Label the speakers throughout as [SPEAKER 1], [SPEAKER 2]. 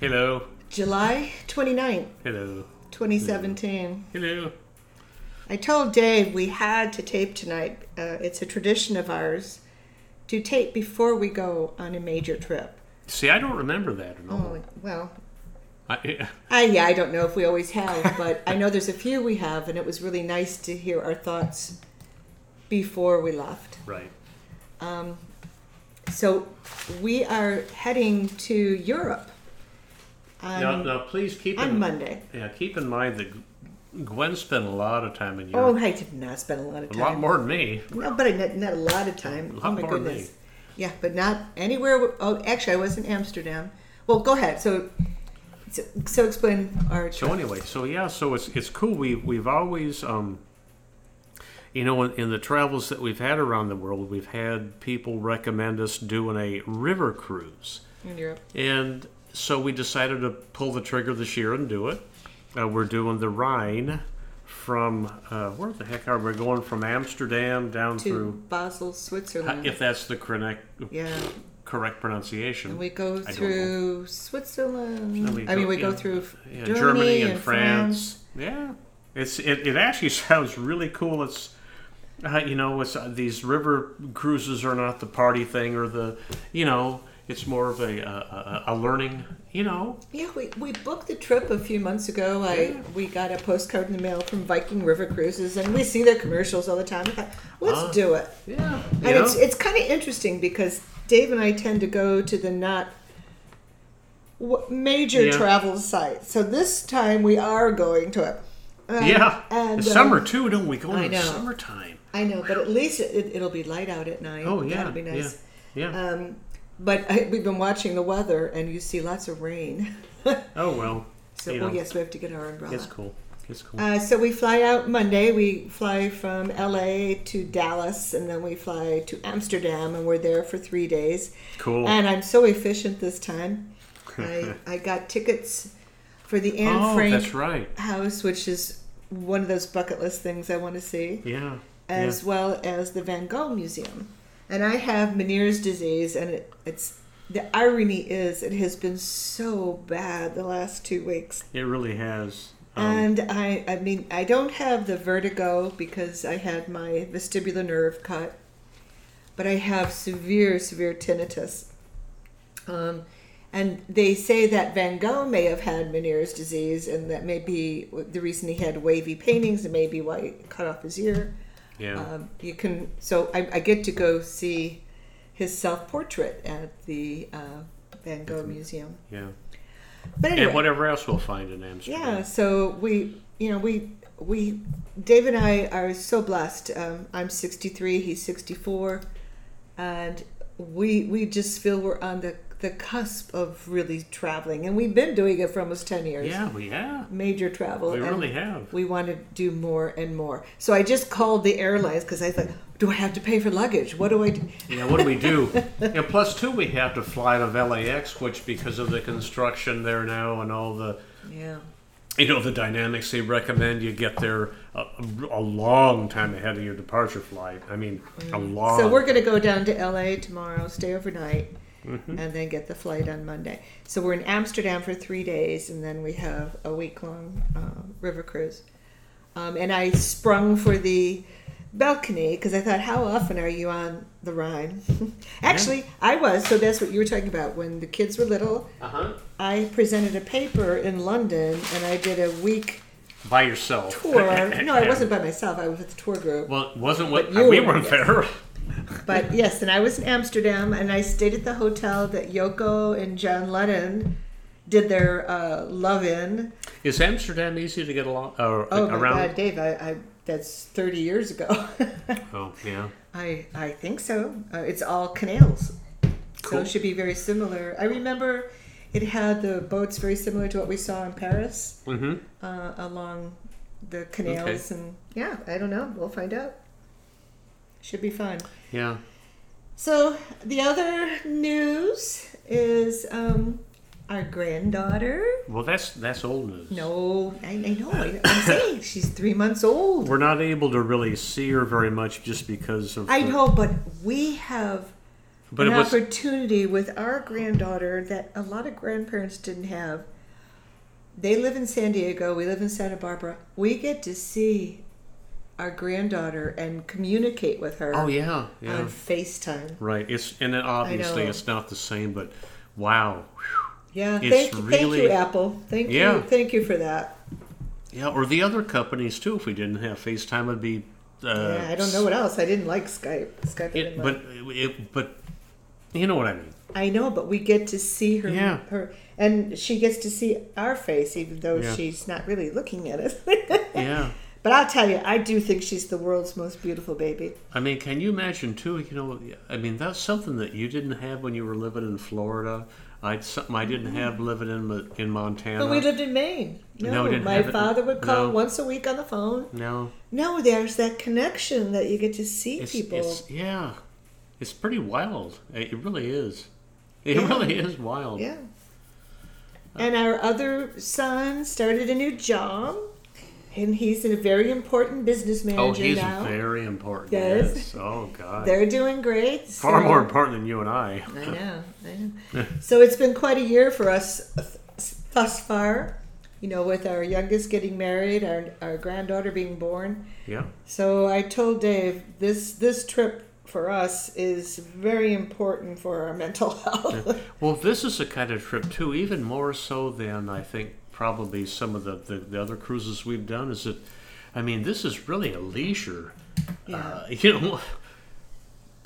[SPEAKER 1] Hello.
[SPEAKER 2] July 29th,
[SPEAKER 1] Hello.
[SPEAKER 2] 2017.
[SPEAKER 1] Hello.
[SPEAKER 2] I told Dave we had to tape tonight. Uh, it's a tradition of ours to tape before we go on a major trip.
[SPEAKER 1] See, I don't remember that at all.
[SPEAKER 2] Oh, well,
[SPEAKER 1] I,
[SPEAKER 2] I, yeah, I don't know if we always have, but I know there's a few we have, and it was really nice to hear our thoughts before we left.
[SPEAKER 1] right.
[SPEAKER 2] So we are heading to Europe on,
[SPEAKER 1] now, now, please keep
[SPEAKER 2] on
[SPEAKER 1] in
[SPEAKER 2] Monday.
[SPEAKER 1] yeah, keep in mind that Gwen spent a lot of time in
[SPEAKER 2] Oh,
[SPEAKER 1] Europe,
[SPEAKER 2] I did not spend a lot of
[SPEAKER 1] a
[SPEAKER 2] time.
[SPEAKER 1] lot more than me.
[SPEAKER 2] No, but I- not, not a lot of time.
[SPEAKER 1] A lot
[SPEAKER 2] Oh my
[SPEAKER 1] more than
[SPEAKER 2] goodness.
[SPEAKER 1] me.
[SPEAKER 2] Yeah, but not anywhere. w- Oh, actually, I was in Amsterdam. Well, go ahead. So, so, so explain our.
[SPEAKER 1] So anyway, so yeah, so it's it's cool. We we've always, um, you know, in, in the travels that we've had around the world, we've had people recommend us doing a river cruise.
[SPEAKER 2] in Europe.
[SPEAKER 1] And so we decided to pull the trigger this year and do it. Uh, we're doing the Rhine from uh, where the heck are we We're going from Amsterdam down
[SPEAKER 2] To
[SPEAKER 1] through uh,
[SPEAKER 2] Basel, Switzerland.
[SPEAKER 1] if that's the correct
[SPEAKER 2] yeah,
[SPEAKER 1] correct
[SPEAKER 2] and
[SPEAKER 1] pronunciation.
[SPEAKER 2] we go
[SPEAKER 1] know.
[SPEAKER 2] through Switzerland.
[SPEAKER 1] we
[SPEAKER 2] I mean,
[SPEAKER 1] go-
[SPEAKER 2] we go
[SPEAKER 1] yeah.
[SPEAKER 2] through f-
[SPEAKER 1] Yeah,
[SPEAKER 2] Germany,
[SPEAKER 1] and, Yeah, it's it, it actually sounds really cool. It's uh, you know, it's uh, these river cruises are not the party thing or the you know, it's more of a uh, a, a learning you know
[SPEAKER 2] Yeah, we, we booked the trip a few months ago. I
[SPEAKER 1] Yeah.
[SPEAKER 2] we got a postcard in the mail from Viking River Cruises, and we see their commercials all the time. I thought, let's
[SPEAKER 1] Ah.
[SPEAKER 2] do it.
[SPEAKER 1] yeah you
[SPEAKER 2] And
[SPEAKER 1] know?
[SPEAKER 2] it's it's kind of interesting because Dave and I tend to go to the not w- major
[SPEAKER 1] Yeah.
[SPEAKER 2] travel sites. So this time we are going to it. Um,
[SPEAKER 1] Yeah,
[SPEAKER 2] and
[SPEAKER 1] it's
[SPEAKER 2] um,
[SPEAKER 1] summer too, don't we? Going
[SPEAKER 2] I
[SPEAKER 1] in
[SPEAKER 2] know.
[SPEAKER 1] the summertime.
[SPEAKER 2] I know, but at least it, it'll be light out at night.
[SPEAKER 1] Oh yeah,
[SPEAKER 2] that'll be nice.
[SPEAKER 1] yeah, yeah.
[SPEAKER 2] Um, but I, we've been watching the weather, and you see lots of rain. so,
[SPEAKER 1] oh well, you
[SPEAKER 2] oh
[SPEAKER 1] know,
[SPEAKER 2] yes, we have to get our umbrella.
[SPEAKER 1] it's cool. It's cool.
[SPEAKER 2] Uh, so we fly out Monday. We fly from LA to Dallas, and then we fly to Amsterdam, and we're there for three days.
[SPEAKER 1] cool.
[SPEAKER 2] And I'm so efficient this time. I, I got tickets for the Anne
[SPEAKER 1] oh,
[SPEAKER 2] Frank
[SPEAKER 1] that's right.
[SPEAKER 2] House, which is one of those bucket list things I want to see,
[SPEAKER 1] Yeah.
[SPEAKER 2] as well as the Van Gogh Museum. And I have Meniere's disease, and it, it's the irony is it has been so bad the last two weeks.
[SPEAKER 1] yeah. It really has. Um,
[SPEAKER 2] And I, I mean, I don't have the vertigo because I had my vestibular nerve cut, but I have severe, severe tinnitus. Um, and they say that Van Gogh may have had Meniere's disease, and that may be the reason he had wavy paintings, and maybe why it cut off his ear.
[SPEAKER 1] yeah.
[SPEAKER 2] Um, you can, so I, I get to go see his self portrait at the uh, Van Gogh Museum.
[SPEAKER 1] yeah.
[SPEAKER 2] But anyway,
[SPEAKER 1] And whatever else we'll find in Amsterdam.
[SPEAKER 2] yeah so we you know we we dave and i are so blessed um, i'm 63 he's 64 and we we just feel we're on the the cusp of really traveling and we've been doing it for almost 10 years
[SPEAKER 1] Yeah. We yeah.
[SPEAKER 2] major travel
[SPEAKER 1] We
[SPEAKER 2] and
[SPEAKER 1] really have.
[SPEAKER 2] we want to do more and more so i just called the airlines because i thought do i have to pay for luggage what do i do
[SPEAKER 1] Yeah. What do we do? and plus, too, we have to fly to LAX, which because of the construction there now and all the
[SPEAKER 2] yeah
[SPEAKER 1] you know the dynamics they recommend you get there a, a long time ahead of your departure flight i mean a long
[SPEAKER 2] Mm. So we're going to go down to LA tomorrow, stay overnight, and then get the flight on Monday. So we're in Amsterdam for three days, and then we have a week long uh, river cruise. Um, and I sprung for the balcony because I thought, how often are you on the Rhine? Actually, I was. So that's what you were talking about. When the kids were little,
[SPEAKER 1] uh-huh
[SPEAKER 2] I presented a paper in London, and I did a week
[SPEAKER 1] by yourself
[SPEAKER 2] tour. no, I wasn't by myself. I was with the tour group.
[SPEAKER 1] well it wasn't what
[SPEAKER 2] But you
[SPEAKER 1] we
[SPEAKER 2] were,
[SPEAKER 1] weren't
[SPEAKER 2] yes.
[SPEAKER 1] there
[SPEAKER 2] But yes, and I was in Amsterdam, and I stayed at the hotel that Yoko and John Lennon did their uh, love in.
[SPEAKER 1] is amsterdam easy to get along or
[SPEAKER 2] Oh my
[SPEAKER 1] around
[SPEAKER 2] God, Dave, I, I that's thirty years ago.
[SPEAKER 1] oh yeah
[SPEAKER 2] I I think so. Uh, it's all canals, so
[SPEAKER 1] Cool.
[SPEAKER 2] it should be very similar. I remember it had the boats very similar to what we saw in Paris
[SPEAKER 1] mm-hmm
[SPEAKER 2] uh, along the canals, and yeah, I don't know. We'll find out. Should be fun.
[SPEAKER 1] yeah
[SPEAKER 2] So the other news is um, our granddaughter.
[SPEAKER 1] well that's that's old news
[SPEAKER 2] No, I, I know. I, I'm saying she's three months old.
[SPEAKER 1] we're not able to really see her very much just because of
[SPEAKER 2] I
[SPEAKER 1] the-
[SPEAKER 2] know, but we have
[SPEAKER 1] But
[SPEAKER 2] an
[SPEAKER 1] it was
[SPEAKER 2] opportunity with our granddaughter that a lot of grandparents didn't have. They live in San Diego, we live in Santa Barbara. We get to see our granddaughter and communicate with her
[SPEAKER 1] oh yeah, yeah,
[SPEAKER 2] on FaceTime.
[SPEAKER 1] right. It's and then obviously
[SPEAKER 2] Um, know.
[SPEAKER 1] it's not the same, but wow, whew.
[SPEAKER 2] Yeah,
[SPEAKER 1] It's
[SPEAKER 2] thank, thank you,
[SPEAKER 1] really-
[SPEAKER 2] Apple. Thank
[SPEAKER 1] Yeah.
[SPEAKER 2] you, thank you for that.
[SPEAKER 1] yeah. Or the other companies too. If we didn't have FaceTime, it'd be uh,
[SPEAKER 2] yeah, I don't know what else. I didn't like Skype. Skype, I
[SPEAKER 1] It,
[SPEAKER 2] didn't
[SPEAKER 1] but
[SPEAKER 2] like.
[SPEAKER 1] it, but you know what I mean.
[SPEAKER 2] I know, but we get to see her.
[SPEAKER 1] Yeah.
[SPEAKER 2] her, and she gets to see our face, even though
[SPEAKER 1] Yeah.
[SPEAKER 2] she's not really looking at us.
[SPEAKER 1] Yeah.
[SPEAKER 2] But I'll tell you, I do think she's the world's most beautiful baby.
[SPEAKER 1] I mean, can you imagine too? You know, I mean, that's something that you didn't have when you were living in Florida. I something I didn't have living in Mo- in Montana.
[SPEAKER 2] Mm-hmm. But we lived in Maine. No,
[SPEAKER 1] No, we didn't
[SPEAKER 2] my
[SPEAKER 1] have it.
[SPEAKER 2] father would call
[SPEAKER 1] No.
[SPEAKER 2] once a week on the phone.
[SPEAKER 1] no,
[SPEAKER 2] No, there's that connection that you get to see
[SPEAKER 1] it's,
[SPEAKER 2] people.
[SPEAKER 1] it's yeah, it's pretty wild. It it really is. It
[SPEAKER 2] Yeah.
[SPEAKER 1] really is wild.
[SPEAKER 2] yeah. And our other son started a new job, and he's a very important business manager
[SPEAKER 1] Oh, he's
[SPEAKER 2] now.
[SPEAKER 1] very important.
[SPEAKER 2] Yes.
[SPEAKER 1] Yes. Oh God.
[SPEAKER 2] They're doing great.
[SPEAKER 1] Far
[SPEAKER 2] so-
[SPEAKER 1] more important than you and I.
[SPEAKER 2] I know, I know. so it's been quite a year for us thus far, you know, with our youngest getting married, our, our granddaughter being born.
[SPEAKER 1] Yeah.
[SPEAKER 2] So I told Dave this this trip for us is very important for our mental health.
[SPEAKER 1] Well, this is a kind of trip too, even more so than I think probably some of the, the, the other cruises we've done. Is that, I mean, this is really a leisure, uh, you know.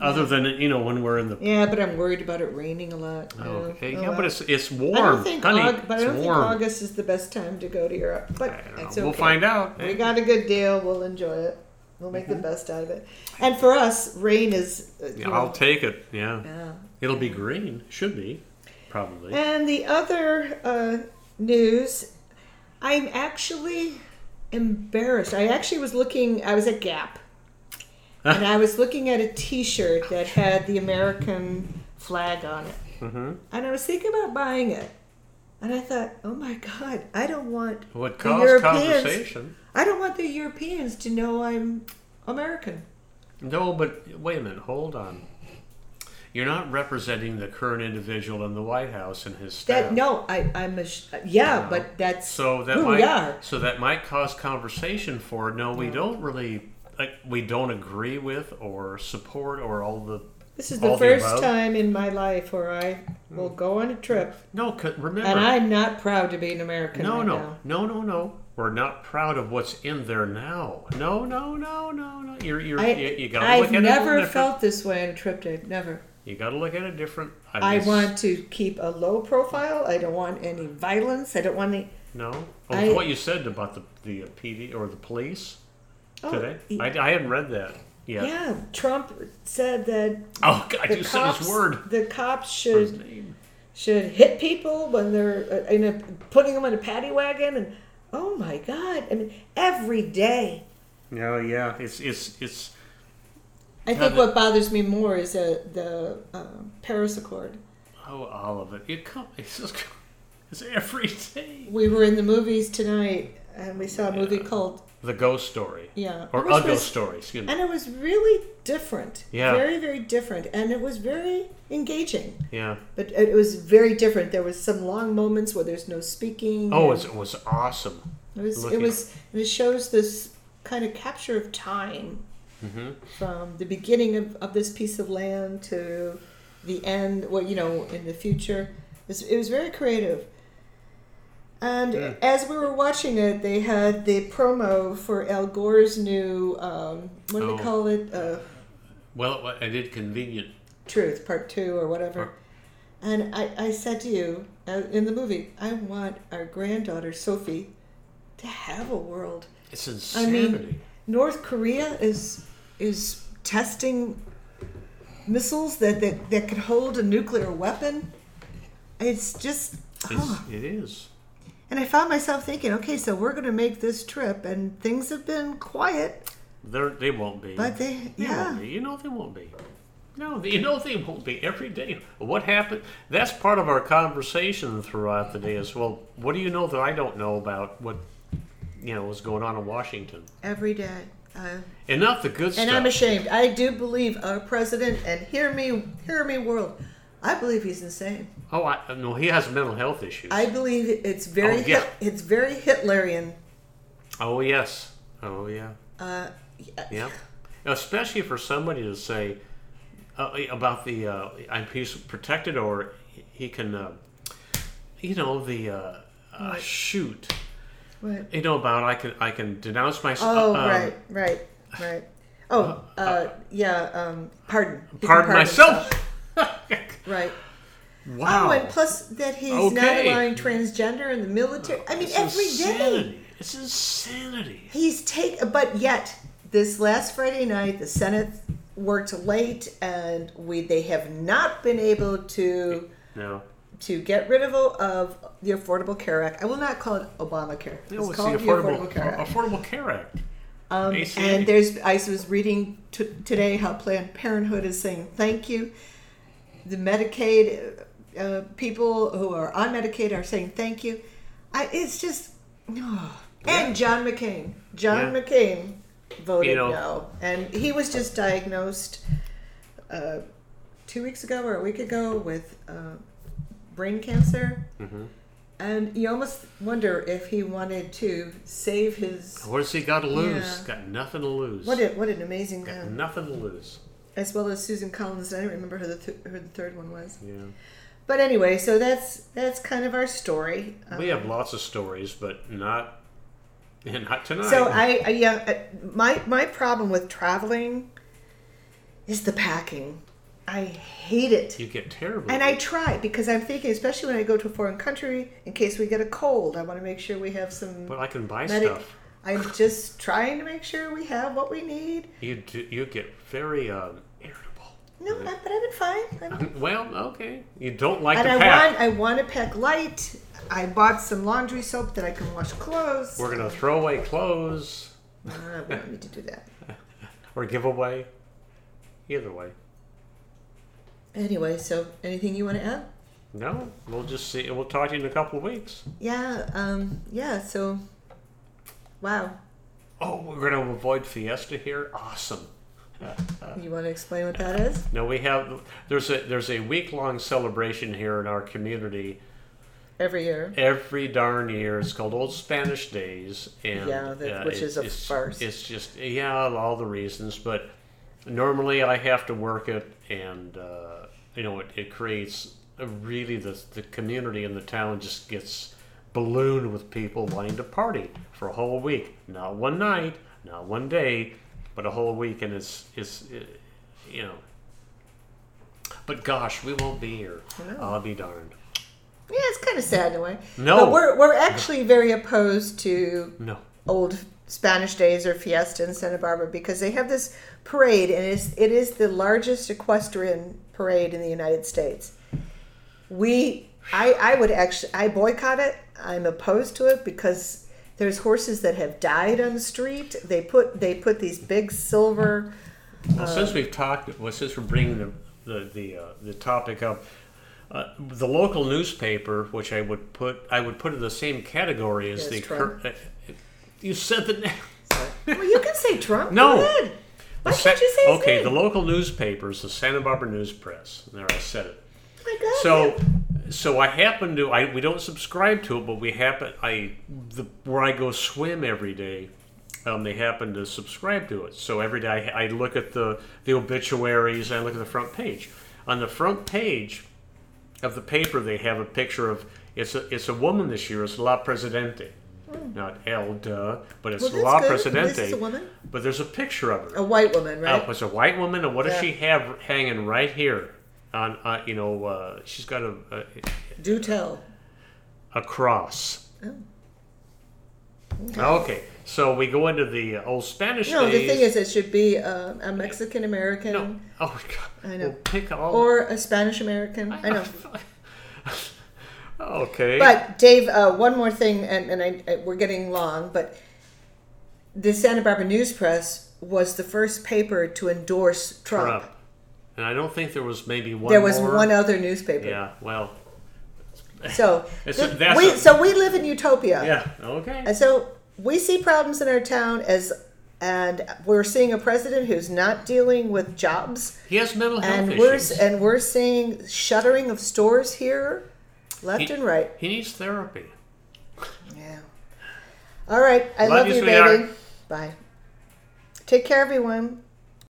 [SPEAKER 1] Other than you know when we're in the
[SPEAKER 2] yeah, but I'm worried about it raining a lot. you
[SPEAKER 1] oh,
[SPEAKER 2] know.
[SPEAKER 1] okay,
[SPEAKER 2] Oh,
[SPEAKER 1] yeah, but
[SPEAKER 2] well.
[SPEAKER 1] it's it's warm,
[SPEAKER 2] I don't think,
[SPEAKER 1] honey.
[SPEAKER 2] Aug- but I
[SPEAKER 1] it's
[SPEAKER 2] don't think
[SPEAKER 1] warm.
[SPEAKER 2] August is the best time to go to Europe. But
[SPEAKER 1] I don't know.
[SPEAKER 2] it's okay.
[SPEAKER 1] We'll find out.
[SPEAKER 2] We got a good deal. We'll enjoy it. We'll make the best out of it. And for us, rain is. uh, you
[SPEAKER 1] Mm-hmm. Yeah, I'll
[SPEAKER 2] know,
[SPEAKER 1] take it. Yeah,
[SPEAKER 2] yeah. Eh.
[SPEAKER 1] it'll be green. Should be, probably.
[SPEAKER 2] And the other uh, news, I'm actually embarrassed. I actually was looking, I was at Gap, and I was looking at a t shirt that had the American flag on it.
[SPEAKER 1] hmm
[SPEAKER 2] And I was thinking about buying it. And I thought, oh my God, I don't want,
[SPEAKER 1] What
[SPEAKER 2] The
[SPEAKER 1] caused
[SPEAKER 2] Europeans-
[SPEAKER 1] conversation?
[SPEAKER 2] I don't want the Europeans to know I'm American.
[SPEAKER 1] No, but wait a minute. Hold on. You're not representing the current individual in the White House and his staff.
[SPEAKER 2] That no, I, I'm a, sh- yeah,
[SPEAKER 1] No.
[SPEAKER 2] but that's
[SPEAKER 1] So that
[SPEAKER 2] who
[SPEAKER 1] might
[SPEAKER 2] we are.
[SPEAKER 1] so that might cause conversation for no, we don't really like we don't agree with or support or all the
[SPEAKER 2] This is the
[SPEAKER 1] all the
[SPEAKER 2] first
[SPEAKER 1] above? Hmm.
[SPEAKER 2] time in my life where I will go on a trip
[SPEAKER 1] no. c- Remember,
[SPEAKER 2] And I'm not proud to be an American.
[SPEAKER 1] no,
[SPEAKER 2] right
[SPEAKER 1] no,
[SPEAKER 2] Now.
[SPEAKER 1] no, no, no. We're not proud of what's in there now. No, no, no, no, no. You're, you're,
[SPEAKER 2] I,
[SPEAKER 1] you, you gotta
[SPEAKER 2] I've
[SPEAKER 1] look at it a little
[SPEAKER 2] never
[SPEAKER 1] different.
[SPEAKER 2] felt this way on a trip, Dave. Never.
[SPEAKER 1] You gotta look at it different.
[SPEAKER 2] I
[SPEAKER 1] guess-
[SPEAKER 2] want to keep a low profile. I don't want any violence. I don't want any.
[SPEAKER 1] no. Well,
[SPEAKER 2] I-
[SPEAKER 1] what you said about the the uh, PD or the police
[SPEAKER 2] Oh,
[SPEAKER 1] today.
[SPEAKER 2] y-
[SPEAKER 1] I, I hadn't read that.
[SPEAKER 2] yeah.
[SPEAKER 1] yet.
[SPEAKER 2] Trump said that
[SPEAKER 1] Oh God,
[SPEAKER 2] the
[SPEAKER 1] you said
[SPEAKER 2] cops,
[SPEAKER 1] his word.
[SPEAKER 2] the cops
[SPEAKER 1] Or his
[SPEAKER 2] should
[SPEAKER 1] name.
[SPEAKER 2] should hit people when they're uh, in a, putting them in a paddy wagon. And oh my God! I mean, every day.
[SPEAKER 1] No, yeah, it's it's it's
[SPEAKER 2] I think what bothers me more is the the uh, Paris Accord.
[SPEAKER 1] oh all of it. It comes it's, just, it's every day.
[SPEAKER 2] We were in the movies tonight, and we saw a movie called
[SPEAKER 1] The ghost story
[SPEAKER 2] Yeah.
[SPEAKER 1] or
[SPEAKER 2] Which
[SPEAKER 1] a ghost
[SPEAKER 2] was-
[SPEAKER 1] story. Excuse me.
[SPEAKER 2] And it was really different.
[SPEAKER 1] Yeah.
[SPEAKER 2] Very, very different. And it was very engaging.
[SPEAKER 1] Yeah.
[SPEAKER 2] But it was very different. There was some long moments where there's no speaking.
[SPEAKER 1] Oh,
[SPEAKER 2] and
[SPEAKER 1] it's, it was awesome.
[SPEAKER 2] it was it
[SPEAKER 1] looking-
[SPEAKER 2] was and it shows this kind of capture of time
[SPEAKER 1] Mhm.
[SPEAKER 2] from the beginning of, of this piece of land to the end, well, you know, in the future. It was, it was very creative. And
[SPEAKER 1] Yeah.
[SPEAKER 2] as we were watching it, they had the promo for Al Gore's new, um, what do
[SPEAKER 1] Oh.
[SPEAKER 2] they call it? Uh,
[SPEAKER 1] Well, it wa- and it convenient.
[SPEAKER 2] Truth, part two or whatever.
[SPEAKER 1] Part-
[SPEAKER 2] And I, I said to you uh, in the movie, I want our granddaughter, Sophie, to have a world.
[SPEAKER 1] It's
[SPEAKER 2] I
[SPEAKER 1] insanity.
[SPEAKER 2] mean, North Korea is is testing missiles that, that, that could hold a nuclear weapon. It's just.
[SPEAKER 1] it's,
[SPEAKER 2] oh.
[SPEAKER 1] it is.
[SPEAKER 2] And I found myself thinking, okay, so we're going to make this trip, and things have been quiet,
[SPEAKER 1] They're, they won't be.
[SPEAKER 2] but they,
[SPEAKER 1] They
[SPEAKER 2] yeah.
[SPEAKER 1] won't be. You know they won't be. No, you know they won't be every day. What happened? That's part of our conversation throughout the day is well, what do you know that I don't know about what you know was going on in Washington?
[SPEAKER 2] every day. Uh,
[SPEAKER 1] Enough the good stuff.
[SPEAKER 2] and I'm ashamed. I do believe our president, and hear me, hear me, world. I believe he's insane.
[SPEAKER 1] oh, I, no, he has mental health issues.
[SPEAKER 2] I believe it's very,
[SPEAKER 1] Oh, yeah.
[SPEAKER 2] Hit- it's very Hitlerian.
[SPEAKER 1] oh yes. Oh yeah.
[SPEAKER 2] Uh,
[SPEAKER 1] Yeah. Especially for somebody to say uh, about the uh, I'm he's protected or he can, uh, you know, the uh, uh, shoot.
[SPEAKER 2] What?
[SPEAKER 1] You know about I can I can denounce uh, um, myself.
[SPEAKER 2] Oh, right, right, right. Oh, uh, yeah. Um, pardon. He can
[SPEAKER 1] Pardon myself.
[SPEAKER 2] Oh, Right.
[SPEAKER 1] wow.
[SPEAKER 2] Oh, and plus that he's not
[SPEAKER 1] Okay.
[SPEAKER 2] allowing transgender in the military. I mean,
[SPEAKER 1] It's
[SPEAKER 2] every day.
[SPEAKER 1] insanity. It's insanity.
[SPEAKER 2] He's take, but yet this last Friday night, the Senate worked late, and we they have not been able to
[SPEAKER 1] No.
[SPEAKER 2] to get rid of of the Affordable Care Act. I will not call it Obamacare.
[SPEAKER 1] No, Oh, it's
[SPEAKER 2] called
[SPEAKER 1] the Affordable, Affordable Care Act.
[SPEAKER 2] Um,
[SPEAKER 1] ACA.
[SPEAKER 2] and there's, I was reading t- today how Planned Parenthood is saying thank you. The Medicaid uh, people who are on Medicaid are saying thank you. I, it's just, oh. and John McCain. John
[SPEAKER 1] Yeah.
[SPEAKER 2] McCain voted
[SPEAKER 1] You know-
[SPEAKER 2] no, and he was just diagnosed uh, two weeks ago or a week ago with uh, brain cancer.
[SPEAKER 1] Mm-hmm.
[SPEAKER 2] And you almost wonder if he wanted to save his
[SPEAKER 1] What's he got to lose?
[SPEAKER 2] Yeah.
[SPEAKER 1] Got nothing to lose.
[SPEAKER 2] what, a, what an amazing
[SPEAKER 1] got
[SPEAKER 2] man.
[SPEAKER 1] nothing to lose.
[SPEAKER 2] As well as Susan Collins. I don't remember who the, th- who the third one was.
[SPEAKER 1] Yeah.
[SPEAKER 2] But anyway, so that's that's kind of our story. Um,
[SPEAKER 1] We have lots of stories, but not and not tonight.
[SPEAKER 2] so I, I yeah, uh, my my problem with traveling is the packing. I hate it.
[SPEAKER 1] you get terrible.
[SPEAKER 2] And I try because I'm thinking, especially when I go to a foreign country, in case we get a cold, I want to make sure we have some
[SPEAKER 1] but I can buy
[SPEAKER 2] medic.
[SPEAKER 1] stuff.
[SPEAKER 2] I'm just trying to make sure we have what we need.
[SPEAKER 1] You do, you get very um, irritable.
[SPEAKER 2] No, I, but I've been fine. I'm
[SPEAKER 1] Well, okay. You don't like
[SPEAKER 2] and
[SPEAKER 1] the
[SPEAKER 2] I
[SPEAKER 1] pack.
[SPEAKER 2] want I want to pack light. I bought some laundry soap that I can wash clothes.
[SPEAKER 1] We're gonna throw away clothes
[SPEAKER 2] Uh, we don't need to do that.
[SPEAKER 1] or give away. Either way,
[SPEAKER 2] Anyway, so anything you want to add?
[SPEAKER 1] no. We'll just see. We'll talk to you in a couple of weeks.
[SPEAKER 2] Yeah, um, yeah. So, wow.
[SPEAKER 1] Oh, we're gonna avoid Fiesta here. Awesome. Uh,
[SPEAKER 2] You want to explain what that is?
[SPEAKER 1] No, we have there's a there's a week long celebration here in our community
[SPEAKER 2] Every year.
[SPEAKER 1] every darn year. It's called Old Spanish Days, and uh,
[SPEAKER 2] Yeah, that- which
[SPEAKER 1] it-
[SPEAKER 2] is a
[SPEAKER 1] it's,
[SPEAKER 2] farce.
[SPEAKER 1] It's just yeah, all the reasons. But normally I have to work it, and uh, you know it, it creates a really the the community in the town just gets ballooned with people wanting to party for a whole week, not one night, not one day, but a whole week, and it's it's it, you know. But gosh, we won't be here.
[SPEAKER 2] No.
[SPEAKER 1] I'll be darned.
[SPEAKER 2] Yeah, it's kind of sad in a way.
[SPEAKER 1] No.
[SPEAKER 2] But we're we're actually very opposed to
[SPEAKER 1] No.
[SPEAKER 2] old Spanish days or fiesta in Santa Barbara because they have this parade and it's, it is the largest equestrian parade in the United States. We, I, I would actually, I boycott it. I'm opposed to it because there's horses that have died on the street. They put, they put these big silver,
[SPEAKER 1] Well, since we've talked, well, since we're bringing the the the, uh, the topic up, uh, the local newspaper, which I would put, I would put in the same category as
[SPEAKER 2] Yes,
[SPEAKER 1] the.
[SPEAKER 2] Trump.
[SPEAKER 1] cur- uh, you said the name.
[SPEAKER 2] well, you can say Trump.
[SPEAKER 1] No.
[SPEAKER 2] Go ahead. Why
[SPEAKER 1] Sa-
[SPEAKER 2] can't you say his
[SPEAKER 1] okay,
[SPEAKER 2] name?
[SPEAKER 1] the local newspapers, the Santa Barbara News Press. There, I said it.
[SPEAKER 2] Oh my God,
[SPEAKER 1] So, so I happen to. I we don't subscribe to it, but we happen. I the where I go swim every day. Um, they happen to subscribe to it. So every day I, I look at the the obituaries. I look at the front page. On the front page of the paper, they have a picture of it's a it's a woman this year. It's La Presidente, not El Duh, but it's
[SPEAKER 2] Hmm. Well, that's
[SPEAKER 1] La
[SPEAKER 2] good.
[SPEAKER 1] Presidente.
[SPEAKER 2] This is a woman?
[SPEAKER 1] But there's a picture of her
[SPEAKER 2] A white woman, right?
[SPEAKER 1] up as a white woman, and what does
[SPEAKER 2] Yeah.
[SPEAKER 1] she have hanging right here? On uh, you know, uh, she's got a, a
[SPEAKER 2] Do tell.
[SPEAKER 1] a cross. Oh,
[SPEAKER 2] Oh.
[SPEAKER 1] Okay. so we go into the uh, old Spanish
[SPEAKER 2] No, the
[SPEAKER 1] days.
[SPEAKER 2] thing is, it should be uh, a Mexican American.
[SPEAKER 1] no. Oh my God!
[SPEAKER 2] I know.
[SPEAKER 1] We'll pick all.
[SPEAKER 2] or a Spanish American. I know.
[SPEAKER 1] okay.
[SPEAKER 2] But Dave, uh, one more thing, and, and I, I, we're getting long, but the Santa Barbara News Press was the first paper to endorse Trump.
[SPEAKER 1] Trump. And I don't think there was maybe one.
[SPEAKER 2] There was
[SPEAKER 1] more.
[SPEAKER 2] one other newspaper.
[SPEAKER 1] Yeah. Well.
[SPEAKER 2] So
[SPEAKER 1] It's
[SPEAKER 2] th-
[SPEAKER 1] a- that's
[SPEAKER 2] we
[SPEAKER 1] a-
[SPEAKER 2] so we live in utopia.
[SPEAKER 1] Yeah. Okay.
[SPEAKER 2] And so we see problems in our town as and we're seeing a president who's not dealing with jobs.
[SPEAKER 1] He has mental health
[SPEAKER 2] and uh, we're
[SPEAKER 1] issues.
[SPEAKER 2] and we're seeing shuttering of stores here, left
[SPEAKER 1] He-
[SPEAKER 2] and right.
[SPEAKER 1] He needs therapy.
[SPEAKER 2] Yeah. All right. I love,
[SPEAKER 1] Love you,
[SPEAKER 2] you, baby.
[SPEAKER 1] sweetheart.
[SPEAKER 2] Bye. Take care, everyone.